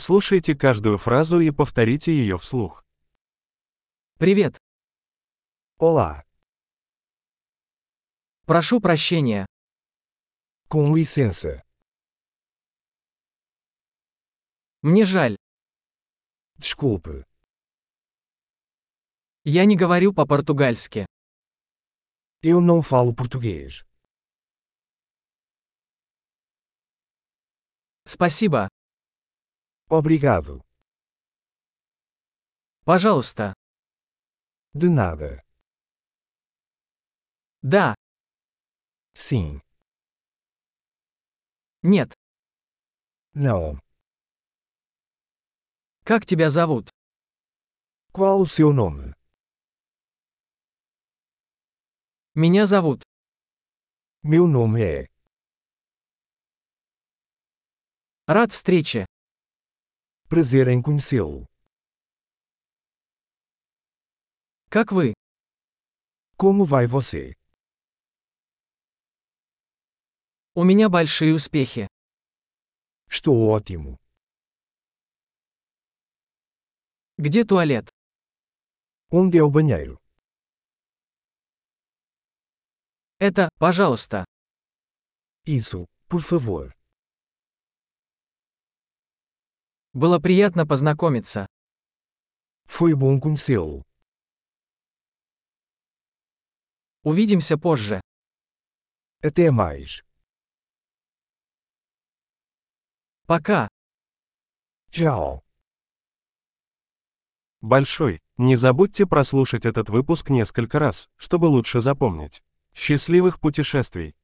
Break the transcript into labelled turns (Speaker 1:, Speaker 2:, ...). Speaker 1: Прослушайте каждую фразу и повторите ее вслух.
Speaker 2: Привет.
Speaker 3: Olá,
Speaker 2: Прошу прощения.
Speaker 3: com licença.
Speaker 2: Мне жаль.
Speaker 3: Desculpe,
Speaker 2: Я не говорю по-португальски.
Speaker 3: eu não falo português.
Speaker 2: Спасибо.
Speaker 3: Obrigado.
Speaker 2: Пожалуйста.
Speaker 3: De nada.
Speaker 2: Да.
Speaker 3: Sim.
Speaker 2: Нет.
Speaker 3: Não.
Speaker 2: Как тебя зовут?
Speaker 3: Qual o seu nome?
Speaker 2: Меня зовут.
Speaker 3: Meu nome é.
Speaker 2: Рад встрече.
Speaker 3: Prazer em conhecê-lo.
Speaker 2: Как вы?
Speaker 3: Como vai você?
Speaker 2: У меня большие успехи.
Speaker 3: Estou ótimo.
Speaker 2: Где туалет?
Speaker 3: Onde é o banheiro?
Speaker 2: Это, пожалуйста.
Speaker 3: Isso, por favor.
Speaker 2: Было приятно познакомиться.
Speaker 3: Foi bom conhecê-lo.
Speaker 2: Увидимся позже.
Speaker 3: Até mais.
Speaker 2: Пока.
Speaker 3: Tchau.
Speaker 1: Большой. Не забудьте прослушать этот выпуск несколько раз, чтобы лучше запомнить. Счастливых путешествий!